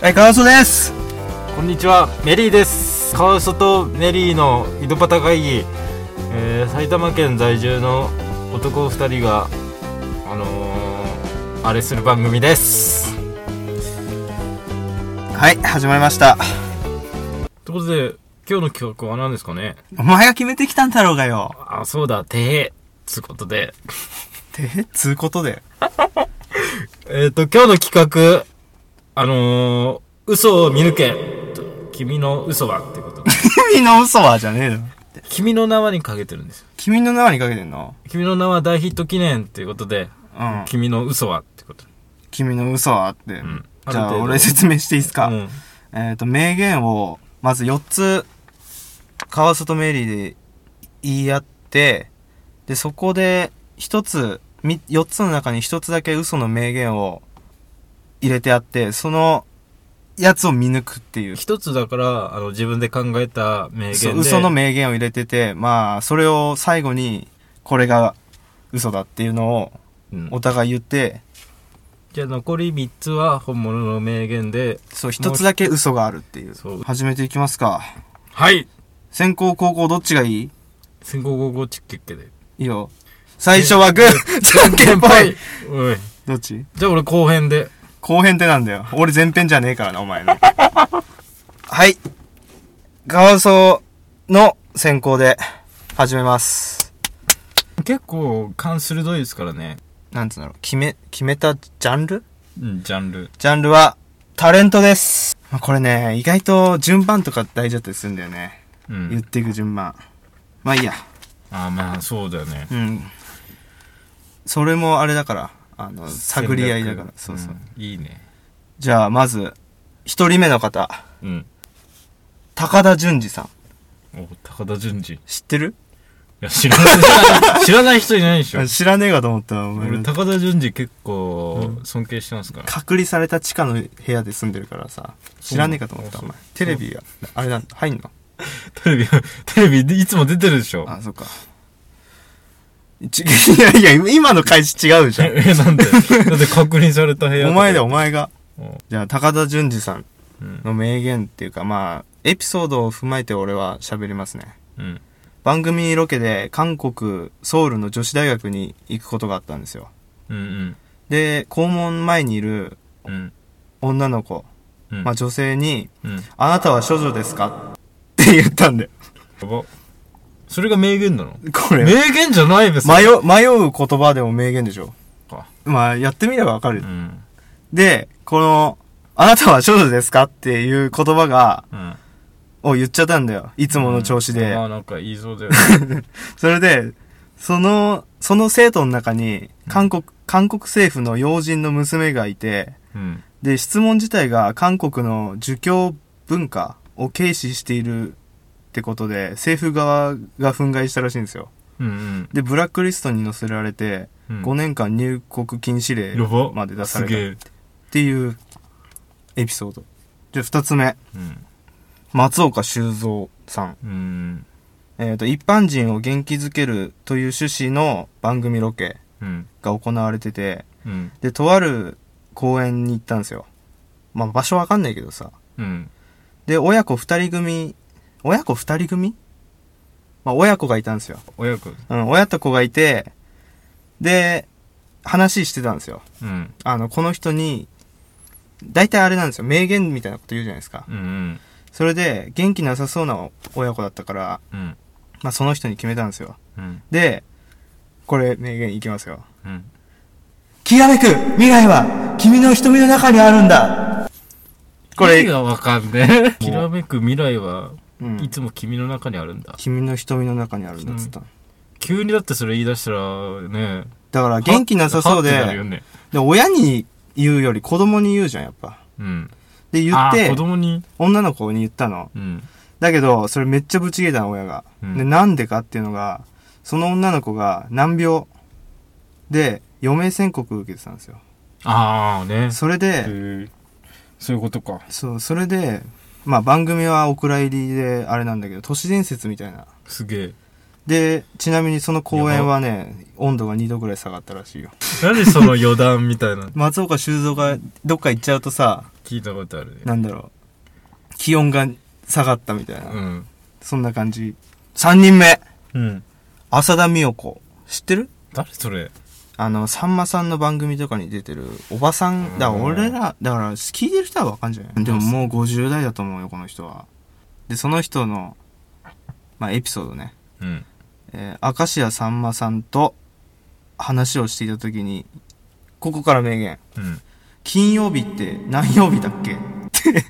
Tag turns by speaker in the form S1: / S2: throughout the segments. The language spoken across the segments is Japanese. S1: はい、カワソです。
S2: こんにちは、メリーです。川ワとメリーの井戸端会議、えー埼玉県在住の男2人が、あのー、あれする番組です。
S1: はい、始まりました。
S2: ということで、今日の企画は何ですかね
S1: お前が決めてきたんだろうがよ。
S2: あ、そうだ、てへ、つうことで。
S1: てへ、つうことで。
S2: えっ、と、今日の企画、あのー、嘘を見抜け、と君の嘘はって こと。
S1: 君の嘘はじゃねえよ。
S2: 君の名はにかけてるんですよ。
S1: 君の名にかけてんの
S2: 君の名は大ヒット記念っていうことで、
S1: うん。
S2: 君の嘘はってこと。
S1: 君の嘘はって。
S2: うん。
S1: じゃ
S2: る
S1: あ、
S2: 程度
S1: 俺説明していいですか、
S2: うん。
S1: えっ、と、名言を、まず4つ、カワソとメリーで言い合って、で、そこで、1つ、4つの中に1つだけ嘘の名言を入れてあって、その、やつを見抜くっていう。
S2: 一つだから、あの、自分で考えた名
S1: そ
S2: 言
S1: う
S2: で。
S1: 嘘の名言を入れてて、まあ、それを最後に、これが嘘だっていうのを
S2: うん
S1: お互い言って、
S2: じゃあ残り三つは本物の名言で。
S1: そう、一つだけ嘘があるっていう。
S2: そう
S1: 始めていきますか。
S2: はい
S1: 先行後攻どっちがいい
S2: 先行後攻チッケッケで。
S1: いいよ。最初はグー、じゃんけんぽい。
S2: おい。
S1: どっち
S2: じゃあ俺後編で。
S1: 後編ってなんだよ。俺前編じゃねえからな、お 前の。はい。ガワソの先行で始めます。
S2: 結構勘鋭いですからね。
S1: なんつうんだろう。決め、決めたジャンル
S2: うん、ジャンル。
S1: ジャンルは、タレントです。まあ、これね、意外と順番とか大事だったりするんだよね。
S2: う
S1: 言っ
S2: ん。
S1: ていく順番。まあいいや。
S2: ああ、まあそうだよね。
S1: うん。それもあれだから、あの、探り合いだから。そうそう。
S2: んいいね。
S1: じゃあ、まず、一人目の方、
S2: うん。
S1: 高田純次さん。
S2: お、高田純次。い
S1: 知ってる
S2: や、知 らない。知らない人いないでしょ
S1: あ。知らねえかと思ったわお前
S2: 俺、高田純次結構尊敬してますから。
S1: 隔離された地下の部屋で住んでるからさ、知らねえかと思った、お
S2: そう
S1: 前。テレビが、あれなん入んの
S2: テレビ、テレビいつも出てるでしょ。
S1: あ、そっか。ち いやいや、今の開始違うじゃん。
S2: え、なん でだって確認された部屋
S1: お前だよ、お前が。
S2: うん
S1: じゃあ、高田純次さん
S2: うん。
S1: の名言っていうか、まあ、エピソードを踏まえて俺は喋りますね。
S2: うん。
S1: 番組ロケで韓国、ソウルの女子大学に行くことがあったんですよ。
S2: うん。
S1: で、校門前にいる
S2: うん。
S1: 女の子、
S2: うん。
S1: まあ女性に、
S2: うん。や
S1: あなたは処女ですかって言ったんだよ。
S2: ば。それが名言なの
S1: これ、
S2: 名言じゃないです
S1: 迷う、迷う言葉でも名言でしょ
S2: か。
S1: まあ、やってみればわかる
S2: う。ん。
S1: で、この、あなたは処女ですかっていう言葉が、
S2: うん。
S1: を言っちゃったんだよ。いつもの調子で。
S2: ああ、なんか言いそう だよ。
S1: それで、その、その生徒の中に、韓国、韓国政府の要人の娘がいて、
S2: うん。
S1: で、質問自体が韓国の儒教文化を軽視しているってことで、政府側が憤慨したらしいんですよ。
S2: うん
S1: で、ブラックリストに載せられて、
S2: うん。
S1: 5年間入国禁止令
S2: やば。
S1: まで出され
S2: すげ
S1: たっ
S2: え。
S1: ていうエピソード。じゃあ、2つ目。
S2: うん。
S1: 松岡修造さん。
S2: うん。
S1: えっ、と、一般人を元気づけるという趣旨の番組ロケ。
S2: うん。
S1: が行われてて、
S2: うん。
S1: で、とある公園に行ったんですよ。まあ、場所わかんないけどさ。
S2: うん。
S1: で、親子二人組、親子二人組まあ、親子がいたんですよ。
S2: 親子。
S1: うん、親と子がいて、で、話してたんですよ。
S2: うん。
S1: あの、この人に、大体あれなんですよ。名言みたいなこと言うじゃないですか。
S2: うん。
S1: それで、元気なさそうな親子だったから、
S2: うん。
S1: まあ、その人に決めたんですよ。
S2: うん。
S1: で、これ、名言いきますよ。
S2: うん。
S1: きらめく未来は君の瞳の中にあるんだこ
S2: 意
S1: れ、
S2: 味がわかんね え。きらめく未来は、
S1: うん
S2: いつも君の中にあるんだ。
S1: 君の瞳の中にあるんだっつったの、
S2: 急にだってそれ言い出したらね
S1: だから元気なさそう
S2: はってなるよ
S1: で、
S2: ね
S1: で、親に言うより子供に言うじゃん、やっぱ。
S2: うん
S1: で、言っ
S2: あ
S1: て
S2: ー子、供に
S1: 女の子に言ったの。
S2: うん
S1: だけど、それめっちゃぶち切れたの、親が。
S2: うん
S1: で、なんでかっていうのが、その女の子が難病で、余命宣告を受けてたんですよ。
S2: ああね
S1: それで、
S2: へえそういうことか
S1: そう、それで、まあ番組はお蔵入りであれなんだけど、都市伝説みたいな
S2: すげえ
S1: で、ちなみにその公園はね、温度が2度ぐらい下がったらしいよ。
S2: 何その余談みたいな
S1: 松岡修造がどっか行っちゃうとさ、
S2: 聞いたことあるね
S1: なんだろう、気温が下がったみたいな。
S2: うん
S1: そんな感じ。3人目
S2: うん
S1: 浅田美代子。知ってる
S2: 誰それ
S1: あの、さんまさんの番組とかに出てるおばさん、だから
S2: うん
S1: 俺ら、だから聞いてる人はわかんじゃないでももう50代だと思うよ、この人は。で、その人の、まあ、エピソードね。
S2: うん
S1: えー、明石家さんまさんと話をしていたときに、ここから名言。
S2: うん
S1: 金曜日って何曜日だっ けって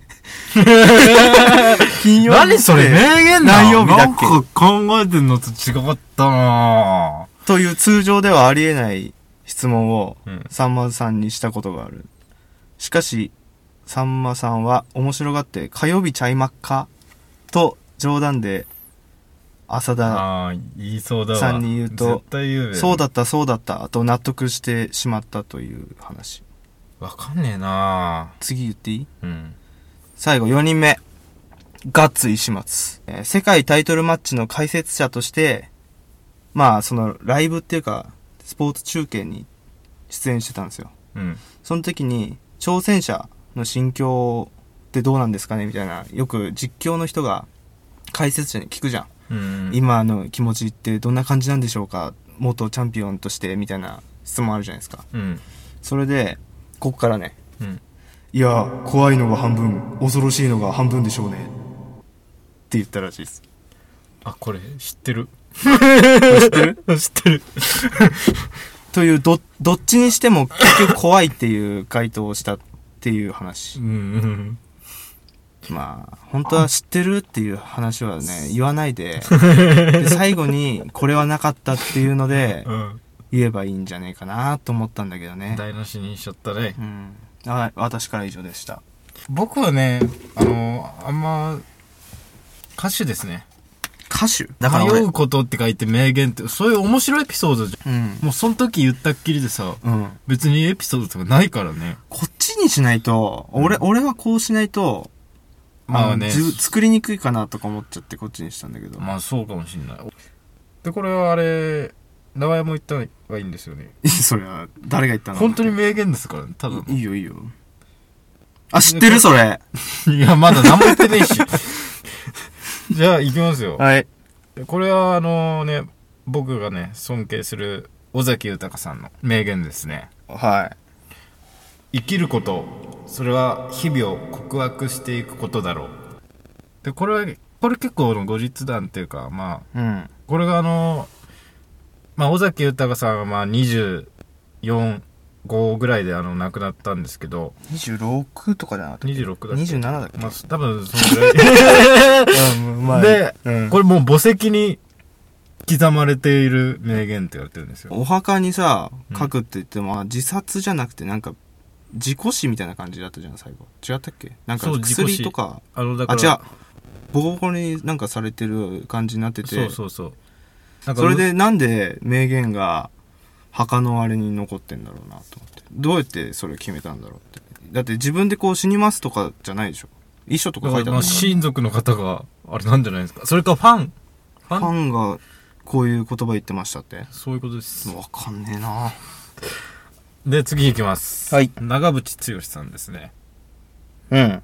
S1: 金曜日って
S2: 何それ名言だ
S1: 何曜日だっけ
S2: なんか考えてんのと違かったな
S1: という通常ではありえない質問を
S2: ぁうん
S1: さんまさんにしたことがある。しかし、さんまさんは面白がって火曜日ちゃいまっかと冗談で浅田、
S2: ああ言いそうだわ
S1: さんに言うと
S2: 絶対言うべ
S1: そうだったそうだったと納得してしまったという話。
S2: わかんねえな
S1: 次言っていい
S2: ぁうん
S1: 最後4人目。ガッツ石松、えー世界タイトルマッチの解説者として、まあそのライブっていうか、スポーツ中継に出演してたんですよ。
S2: うん
S1: その時に、挑戦者の心境ってどうなんですかねみたいな、よく実況の人が解説者に聞くじゃん。
S2: うん
S1: 今の気持ちってどんな感じなんでしょうか元チャンピオンとしてみたいな質問あるじゃないですか。
S2: うん
S1: それで、ここからね、
S2: うん
S1: いや、怖いのが半分、恐ろしいのが半分でしょうね。って言ったらしいです。
S2: あこれ知って る
S1: 知ってる
S2: 知ってる
S1: という、ど、どっちにしても結局怖いっていう回答をしたっていう話
S2: う。んうん
S1: まあ、本当は知ってるっていう話は ね、言わないで、で最後に、これはなかったっていうので
S2: う、ん
S1: 言えばいいんじゃねえかなと思ったんだけどね。
S2: 台無しにしちゃったね
S1: うん。はい、私から以上でした。
S2: 僕はねあのあんま歌手ですね
S1: 歌手だから
S2: 迷
S1: 俺、
S2: うことって書いて名言ってそういう面白いエピソードじゃ
S1: うん
S2: ん。もうその時言ったっきりでさ
S1: うん。
S2: 別にエピソードとかないからね
S1: こっちにしないと、俺、俺はこうしないと、
S2: まあ
S1: の
S2: ね
S1: じゅ作りにくいかなとか思っちゃってこっちにしたんだけど。
S2: まあそうかもしんないでこれはあれ名前も言った方がいいんですよね
S1: いい それは、誰が言ったの
S2: 本当に名言ですからねただの
S1: いいいよいいよ。あ、知ってるそれ。
S2: いやまだ何も言ってねえしじゃあ行きますよ
S1: はい。
S2: これはあのね僕がね尊敬する尾崎豊さんの名言ですね
S1: はい。
S2: 生きることそれは日々を告白していくことだろうでこれはこれ結構あの後日談っていうかまあ
S1: うん。
S2: これがあのまあ尾崎豊さんはまあ245ぐらいであの亡くなったんですけど
S1: 26とかじゃなかった
S2: 26だっけ
S1: ?27 だっけ
S2: まあ多分そのぐ ら
S1: うん、ま
S2: いで、
S1: うん
S2: これもう墓石に刻まれている名言って言われてるんですよ
S1: お墓にさ
S2: う、ん
S1: 書くって言っても、あ自殺じゃなくてなんか、自己死みたいな感じだったじゃん、最後。違ったっけなんか
S2: そう自己死
S1: 薬とか、
S2: あのだ
S1: あ、
S2: か
S1: 違う
S2: ら。
S1: ボコボコになんかされてる感じになってて。
S2: そうそうそうなんか
S1: それでなんで名言が墓のあれに残ってんだろうなと思ってどうやってそれを決めたんだろうってだって自分でこう死にますとかじゃないでしょ遺書とか書いてあ
S2: ま
S1: る
S2: あ親族の方があれなんじゃないですかそれかファンフ
S1: フ
S2: ァン
S1: ァンがこういう言葉言ってましたって
S2: そういうことです
S1: わかんねえな
S2: で次いきます
S1: はい
S2: 長渕剛さんですね
S1: うん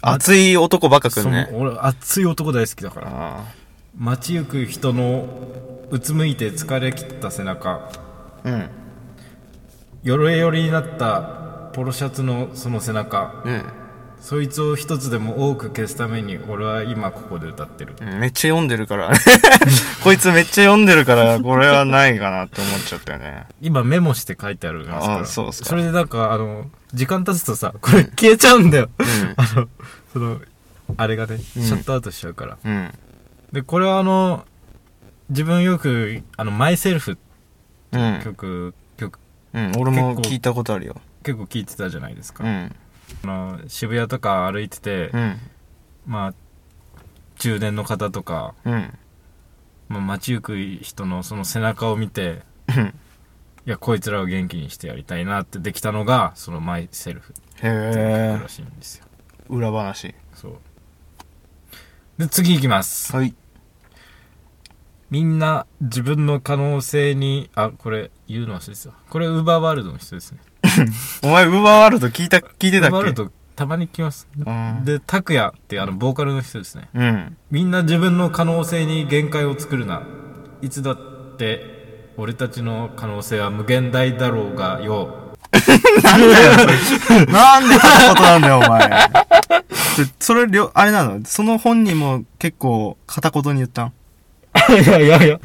S1: 熱い男ばっかくん
S2: そ
S1: ね
S2: の俺熱い男大好きだから
S1: あ
S2: 街行く人のうつむいて疲れ切った背
S1: あ
S2: 中
S1: うん
S2: 鎧寄りになったポロシャツのその背中
S1: ね
S2: そいつを一つでも多く消すために俺は今ここで歌ってる
S1: えうんめっちゃ読んでるから こいつめっちゃ読んでるからこれはないかなって思っちゃったよね
S2: 今メモして書いてあるじゃないですか
S1: あそうっすか
S2: それでなんかあの時間経つとさこれ消えちゃうんだよ、 あのそのあれがねシャットアウトしちゃうから、
S1: うん
S2: でこれはあの自分よく「あのマイセルフ
S1: うん、
S2: 曲曲
S1: うん、俺も
S2: 結構
S1: 聞いたことあるよ
S2: 結構聴いてたじゃないですか、
S1: うん
S2: あの渋谷とか歩いてて、
S1: うん
S2: まあ中年の方とか、
S1: うん
S2: まあ、街行く人のその背中を見て
S1: うん
S2: いやこいつらを元気にしてやりたいなってできたのがその「マイセルフっていう
S1: へ
S2: 曲らしいんですよ、
S1: え。裏話。
S2: そうで次いきます
S1: はい。
S2: みんな自分の可能性にあこれ言うの忘れてたこれウーバーワールドの人ですね
S1: お前、ウーバーワールド聞いた、聞い
S2: ウ
S1: て
S2: ー
S1: た
S2: バ
S1: っけ
S2: ーワールドたまに来ます
S1: うん。
S2: で拓也ってあのボーカルの人ですね
S1: うん。
S2: みんな自分の可能性に限界を作るないつだって俺たちの可能性は無限大だろうがよ
S1: なんで片言なんだよ、お前。ちょそれ、りょあれなのその本人も結構片言に言ったん
S2: いやいやいや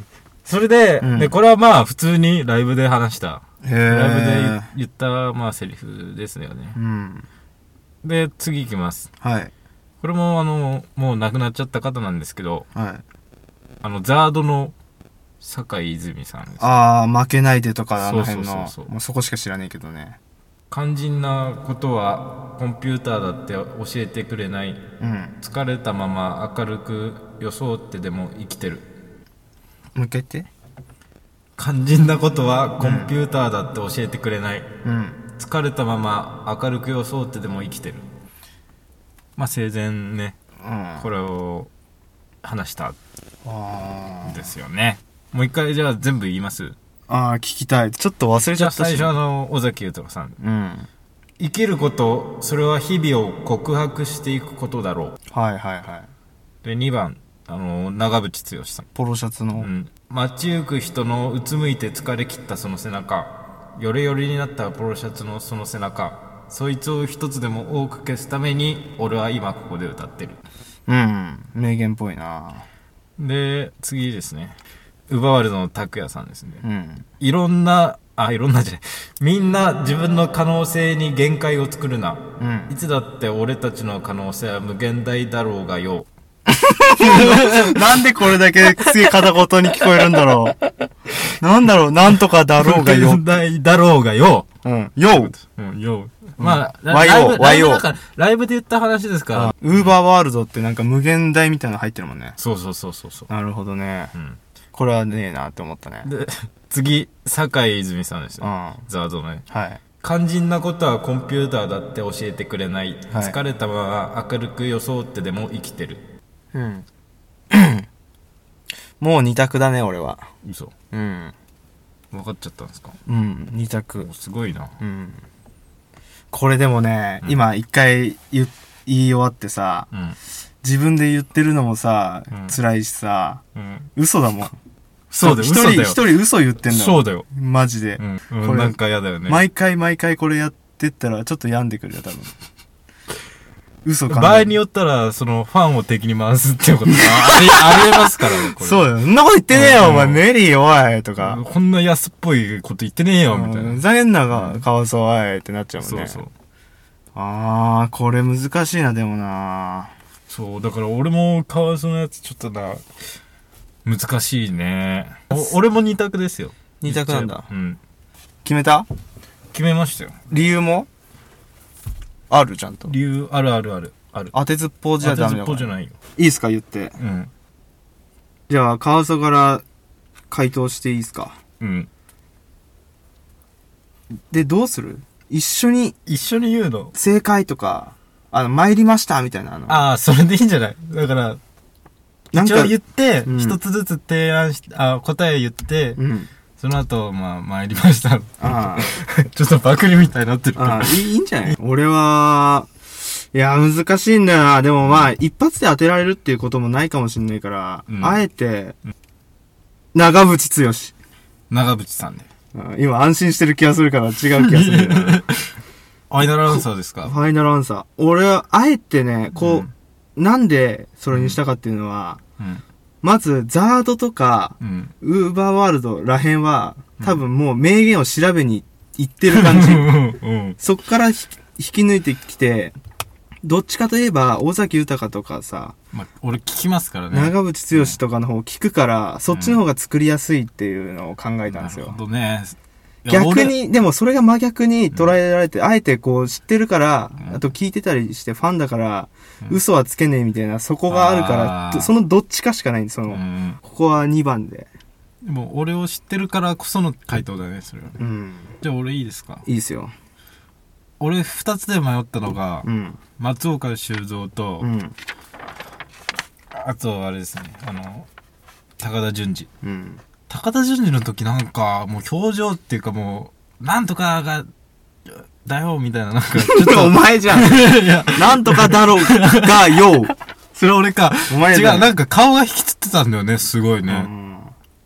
S2: それで,、
S1: うん
S2: でこれはまあ普通にライブで話した
S1: へ
S2: ライブで
S1: え。
S2: 言ったまあセリフですよね
S1: うん。
S2: で次行きます
S1: はい。
S2: これもあのもう亡くなっちゃった方なんですけど
S1: はい。
S2: あのザードの酒井泉さんです
S1: あー、負けないでとか、あの辺の。
S2: そうそうそうそう
S1: もうそこしか知らねえけどね。
S2: 肝心なことはコンピューターだって教えてくれない
S1: うん。
S2: 疲れたまま明るく装ってでも生きてる
S1: もう一回言って。
S2: 肝心なことはコンピューターだって教えてくれない、
S1: うん。
S2: 疲れたまま明るく装ってでも生きてるまあ生前ね
S1: うん。
S2: これを話した
S1: あ
S2: んですよねもう一回じゃあ全部言います
S1: あー、聞きたい。ちょっと忘れち
S2: じ
S1: ゃ
S2: ゃあ
S1: ったし。
S2: 最初あの尾崎豊さん
S1: うん。
S2: 生きることそれは日々を告白していくことだろ
S1: はいはいはい。
S2: うで2番あの長渕剛さん
S1: ポロシャツの。
S2: うん、街行く人のうつむいて疲れ切ったその背中ヨレヨレになったポロシャツのその背中そいつを一つでも多く消すために俺は今ここで歌ってる
S1: うん。名言っぽいな
S2: で次ですねウバワルドの拓也さんですね
S1: うん。
S2: いろんなあいろんなじゃないみんな自分の可能性に限界を作るな
S1: うん。
S2: いつだって俺たちの可能性は無限大だろうがよ
S1: なんでこれだけすげえ片言に聞こえるんだろう。なんだろう、なんとかだろうが
S2: 無
S1: よ
S2: 限。大だろうがよ
S1: うん。よ
S2: うん、よう。まあ、
S1: うん
S2: ライ
S1: YO
S2: ブライブだからライブで言った話ですから。
S1: ウーバーワールドってなんか無限大みたいなの入ってるもんね。
S2: そうそうそうそうそう。
S1: なるほどね
S2: う。ん。
S1: これはねえなって思ったね。
S2: で、次、酒井泉さんです
S1: うん。
S2: ね。
S1: は
S2: ザードのね。
S1: い。
S2: 肝心なことはコンピューターだって教えてくれない。
S1: はい
S2: 疲れたまま明るく装ってでも生きてる。
S1: うん。 もう二択だね、俺は。
S2: 嘘。
S1: うん。
S2: 分かっちゃったんですか
S1: うん、二択
S2: お。すごいな。
S1: うん。これでもね、
S2: うん
S1: 今一回言言い終わってさ、
S2: うん。
S1: 自分で言ってるのもさ、
S2: うん
S1: 辛いしさ、
S2: うん。
S1: 嘘だもん。
S2: そうだよ、
S1: 一
S2: 嘘
S1: 人、
S2: だよ。
S1: 一人嘘言ってんだ
S2: そ
S1: もん。
S2: うだよ。
S1: マジで
S2: う。ん。
S1: こ
S2: うん、
S1: れ
S2: なんか嫌だよね。
S1: 毎回毎回これやってったら、ちょっと病んでくるよ、多分。嘘か
S2: 場合によったら、その、ファンを敵に回すってい うことがありありえますからね、これ。
S1: そうだよ。そんなこと言ってねえ
S2: う
S1: よ、
S2: ん
S1: お前。メリー、おい、とか。
S2: こんな安っぽいこと言ってねえよ、みたいな。
S1: ふざけんなが、カワソおい、ってなっちゃうもん
S2: そ
S1: ね。
S2: うそう。
S1: あー、これ難しいな、でもな
S2: そう、だから俺もカワウソのやつちょっとな、難しいね。お俺も二択ですよ。
S1: 二択なんだ。
S2: うん。
S1: 決めた
S2: 決めましたよ。
S1: 理由もある、ちゃんと。
S2: 理由あるあるある。ある。
S1: 当てずっぽうじゃ
S2: 当
S1: ダメ
S2: てず
S1: だか
S2: っぽ
S1: ら
S2: じゃ
S1: い
S2: ないよ。
S1: いっすか、言って。
S2: うん。
S1: じゃあ、カワソから回答していいっすか。
S2: うん。
S1: で、どうする一緒に
S2: 一緒に言うの
S1: 正解とか、あの、参りましたみたいな、あの、
S2: ああ、それでいいんじゃないだから、
S1: なん
S2: 一
S1: か
S2: 応、言って
S1: う、ん
S2: 一つずつ提案し、あ答え言って、
S1: うん。
S2: その後、まあ、参りました。
S1: あ
S2: ちょっとパクリみたいになってる
S1: あ、
S2: けど
S1: ああ、いいいいんじゃ ない俺は、いや、難しいんだよな。でもまあ、一発で当てられるっていうこともないかもしんないから、
S2: うん
S1: あえて、長渕剛。
S2: 長渕さんで。
S1: うん今安心してる気がするから違う気がするん だよな。
S2: アイドルアンサーですか
S1: ファイナルアンサー。俺は、あえてね、こう、なんでそれにしたかっていうのは、
S2: うん。
S1: まず、ザードとか、
S2: うん。
S1: ウーバーワールドらへんは、多分もう名言を調べに行ってる 感じ。
S2: うん。
S1: そっからひ引き抜いてきて、どっちかといえば、尾崎豊とかさ、
S2: まあ、俺聞きますからね。
S1: 長渕剛とかの方を聞くから、そっちの方が作りやすいっていうのを考えたんです
S2: な
S1: よ
S2: る。ほどね。いや
S1: 逆。に、でもそれが真逆に捉えられて、あえてこう知ってるから、
S2: うん
S1: あと聞いてたりしてファンだから、
S2: うん
S1: 嘘はつけねえみたいな、そこがあるから
S2: あー、
S1: どそのどっちかしかないんです、その、
S2: 俺うん。
S1: ここは2番で。
S2: でも俺を知ってるからこその回答だね、それはね。
S1: うん。
S2: じゃあ俺いいですか
S1: いいですよ。
S2: 俺二つで迷ったのが
S1: う、ん。
S2: 松岡修造と
S1: う、ん。
S2: あとあれですね、あの、高田純次
S1: うん。
S2: 高田純次の時なんかもう表情っていうかもうなんとかがだよみたいななんかちょっ と
S1: お前じゃん。
S2: いや
S1: なんとかだろうが、よう。
S2: それ俺か
S1: お前
S2: 違う
S1: だよ
S2: なんか顔が引きつってたんだよねすごいね、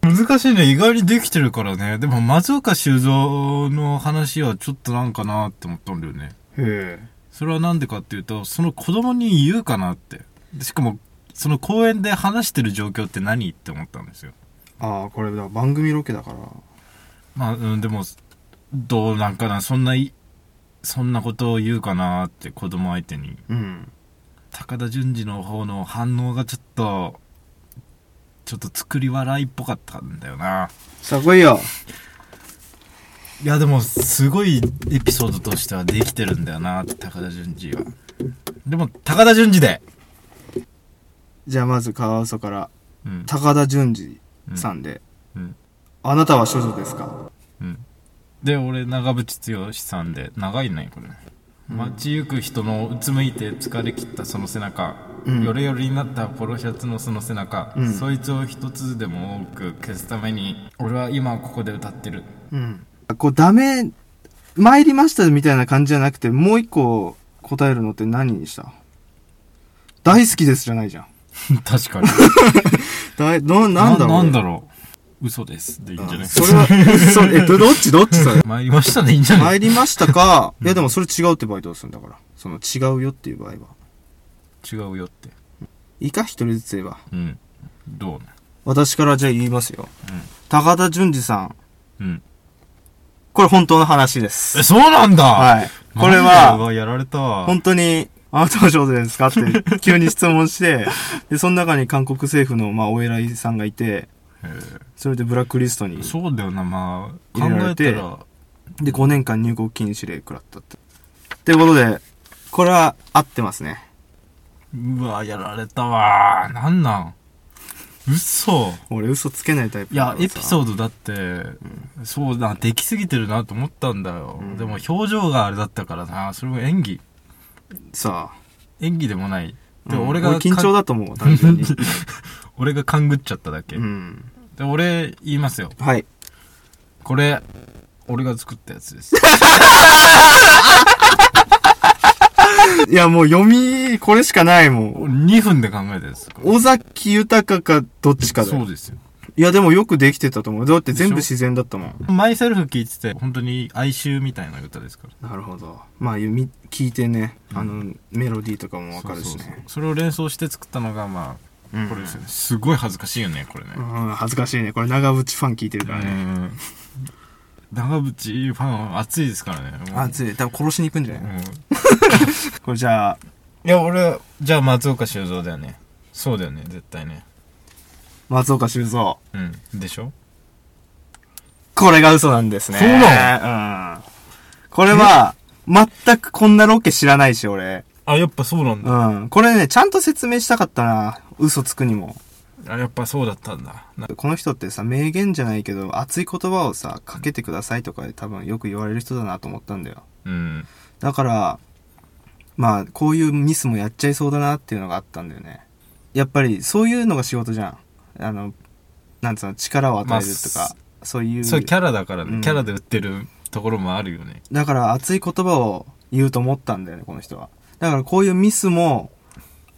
S2: 難しいね。意外にできてるからね。でも、松岡修造の話はちょっとなんかなって思ったんだよね。
S1: うん。へ
S2: それはなんでかっていうと、その子供に言うかなって。でしかも、その公園で話してる状況って何って思ったんですよ。
S1: ああ、これだ、番組ロケだから。
S2: まあ、うん、でも、どうなんかな。そんない、そんなことを言うかなって子供相手に。
S1: うん。
S2: 高田純次の方の反応がちょっと、ちょっと作り笑いっぽかったんだよな。
S1: さあ来いよ。
S2: いやでもすごいエピソードとしてはできてるんだよな高田純次はでも高田純次で、
S1: じゃあまずカワウソから、
S2: うん
S1: 高田純次さんで、
S2: うん
S1: あなたは処女ですか
S2: うん、で俺長渕剛さんで長いねこれ、街行く人のうつむいて疲れ切ったその背中、
S1: うん
S2: よれよれになったポロシャツのその背中、
S1: うん
S2: そいつを一つでも多く消すために俺は今ここで歌ってる
S1: うん。こう、ダメ、参りましたみたいな感じじゃなくて、もう一個答えるのって何にした大好きですじゃないじゃん。
S2: 確かに
S1: だい、ど、なんだろう。
S2: なんだろう嘘ですでいいんじゃない
S1: それ は、それ、え、どどっちどっちそれ。
S2: 参りましたでいいんじゃない
S1: 参りましたか、いやでもそれ違うって場合どうするんだから。その違うよっていう場合は。
S2: 違うよって
S1: いいか一人ずつ言えば。
S2: うんどうね
S1: 私からじゃあ言いますよ。
S2: うん
S1: 高田純次さん。
S2: うん
S1: これ本当の話です
S2: え、。そうなんだ
S1: はい。これ
S2: なんだ
S1: は、
S2: よやられたわ
S1: 本当に、あなたは上手ですかって急に質問 して、で、その中に韓国政府の、まあ、お偉いさんがいて、
S2: えー
S1: それでブラックリストに、
S2: そうだよな、まあ、
S1: 入
S2: 考
S1: れら
S2: え
S1: れ
S2: た
S1: て
S2: ら、
S1: で、5年間入国禁止令食らったって。ってことで、これは合ってますね。
S2: うわ、やられたわ。なんなん嘘。
S1: 俺嘘つけないタイプ
S2: いや、エピソ
S1: ー
S2: ードだって、そうだ、できすぎてるなと思ったんだよ。
S1: うん
S2: でも、表情があれだったからな、それも演技。
S1: ドさあ。
S2: 演技でもない。で、
S1: うん
S2: 俺が、
S1: 緊張
S2: か
S1: だと思う、単純 に。
S2: 俺が勘ぐっちゃっただけ。
S1: うん。
S2: で、俺、言いますよ。
S1: はい。
S2: これ、俺が作ったやつです。
S1: いや、もう読み、これしかないもん。
S2: 2分で考えたやつ。
S1: 尾崎豊かどっちかだ
S2: そ
S1: よ
S2: う。ですよ。
S1: いや、でもよくできてたと思う。だって全部
S2: でし
S1: 自然だったもん。
S2: マイセルフ聞いてて、本当に哀愁みたいな歌ですから。
S1: なるほど。まあ、み聞いてね、
S2: うん
S1: あの、メロディーとかもわかるし
S2: そうそうそう
S1: ね。
S2: それを連想して作ったのが、ま
S1: う
S2: あ、
S1: ん
S2: これですよね。すごい恥ずかしいよね、これね。
S1: うん、恥ずかしいね。これ長渕ファン聞いてるから
S2: う
S1: ね。
S2: ん長渕ファンは熱いですからね。もう
S1: 熱い。多分殺しに行くんじゃ
S2: う
S1: ない
S2: んい
S1: これじゃあ、
S2: や、俺、じゃあ松岡修造だよね。そうだよね、絶対ね。
S1: 松岡修造。
S2: うん。でしょ
S1: これが嘘なんですね。
S2: そう
S1: なのうん。これは、全くこんなロケ知らないし、俺。
S2: あ、やっぱそうなんだ。
S1: うん。これね、ちゃんと説明したかったな。嘘つくにも。
S2: あ、やっぱそうだったんだ。な
S1: この人ってさ、名言じゃないけど、熱い言葉をさ、かけてくださいとかで多分よく言われる人だなと思ったんだよ。
S2: うん。
S1: だから、まあ、こういうミスもやっちゃいそうだなっていうのがあったんだよね。やっぱり、そういうのが仕事じゃん。あの、なんつうの、力を与えるとか、
S2: まあす
S1: そういう。
S2: そういうキャラだから
S1: う
S2: ね。
S1: ん
S2: キャラで売ってるところもあるよね。
S1: だから熱い言葉を言うと思ったんだよね、この人は。だからこういうミスも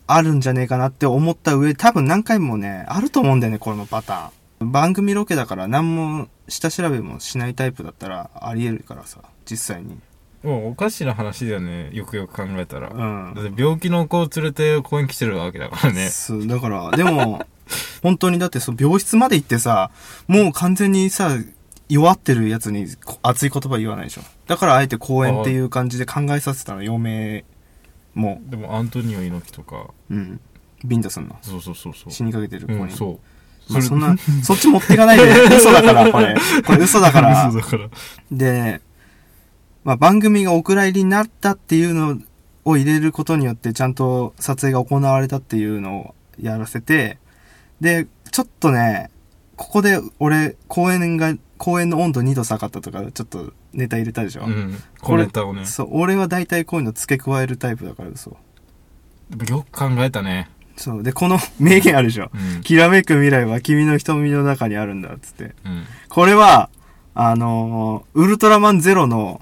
S1: あるんじゃねえかなって思った上、多分何回もね、あると思うんだよね、このパターン。番組ロケだから何も下調べもしないタイプだったらあり得るからさ、実際に。
S2: もうおかしな話だよね。よくよく考えたら。
S1: う
S2: だ
S1: ん。
S2: って病気の子を連れて公園来てるわけだからね。
S1: そう、だから、でも、 本当にだってそう病室まで行ってさ、もう完全にさ、弱ってるやつにこ熱い言葉言わないでしょ。だからあえて公演っていう感じで考えさせたの、嫁も。
S2: でもアントニオ猪木とか、
S1: うん。ビンタすんの。
S2: そうそうそうそう。
S1: 死にかけてる子に。
S2: うん、そう。
S1: まあ
S2: れ
S1: そんな、そっち持っていかないで、嘘だから、これ。これ嘘だから
S2: 嘘。だから。
S1: で、まあ、番組がお蔵入りになったっていうのを入れることによって、ちゃんと撮影が行われたっていうのをやらせて、で、ちょっとね、ここで俺、公園が、公園の温度2度下がったとか、ちょっとネタ入れたでしょ。
S2: うん。
S1: こ
S2: 小
S1: れ
S2: ネタをね。
S1: そう、俺は大体こういうの付け加えるタイプだから嘘。
S2: でもよく考えたね。
S1: そう。で、この名言あるでしょ。
S2: うん
S1: きらめく未来は君の瞳の中にあるんだ、つって。
S2: うん
S1: これは、あのーウルトラマンゼロの、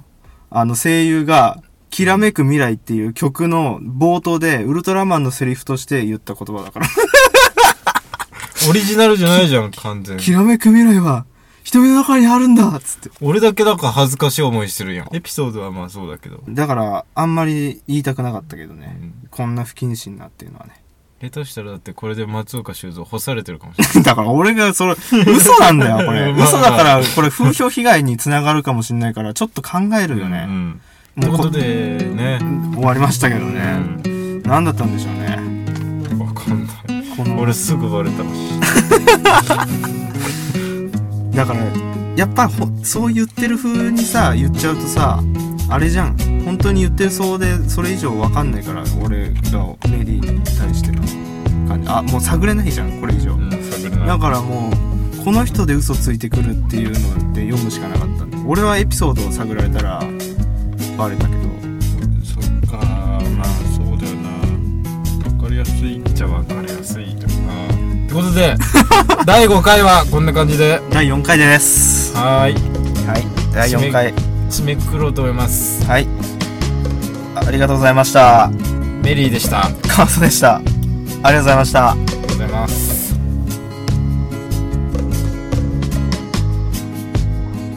S1: あの、声優が、きらめく未来っていう曲の冒頭で、ウルトラマンのセリフとして言った言葉だから。
S2: オリジナルじゃないじゃん完全に
S1: きらめく未来は、瞳の中にあるんだ、つって。
S2: 俺だけなんか恥ずかしい思いしてるやんエピソードはまあそうだけど、
S1: だから、あんまり言いたくなかったけど
S2: う
S1: ね。
S2: ん
S1: こんな不謹慎なっていうのはね。
S2: 下手したらだってこれで松岡修造干されてるかもしれない
S1: だから俺がそれ、嘘なんだよ、こ れ。
S2: まあまあ
S1: 嘘だから、これ風評被害につながるかもしれないから、ちょっと考えるよ
S2: う
S1: ね。
S2: んってことでね
S1: 終わりましたけど
S2: う
S1: ね。
S2: ん
S1: 何だったんでしょうね。
S2: わかんない
S1: この、
S2: 俺すぐバレたもし
S1: だから、やっぱほそう言ってる風にさ、言っちゃうとさ、あれじゃん。本当に言ってそうで、それ以上わかんないから、俺がメリーに対しての感じ。あ、もう探れないじゃん、これ以上
S2: う。ん探れな
S1: だ
S2: い
S1: からもうこの人で嘘ついてくるっていうので読むしかなかったんで俺はエピソードを探られたらバレたけど
S2: そっかまあそうだよなわかりやすいっちゃわかりやすいけどなってこと で第5回はこんな感じで
S1: 第4回です
S2: はーい
S1: はい第4回
S2: 締めくくろうと思います
S1: はいあありがとうございました
S2: メリーでしたあり
S1: カーソでしたありがとうございました
S2: がとうございます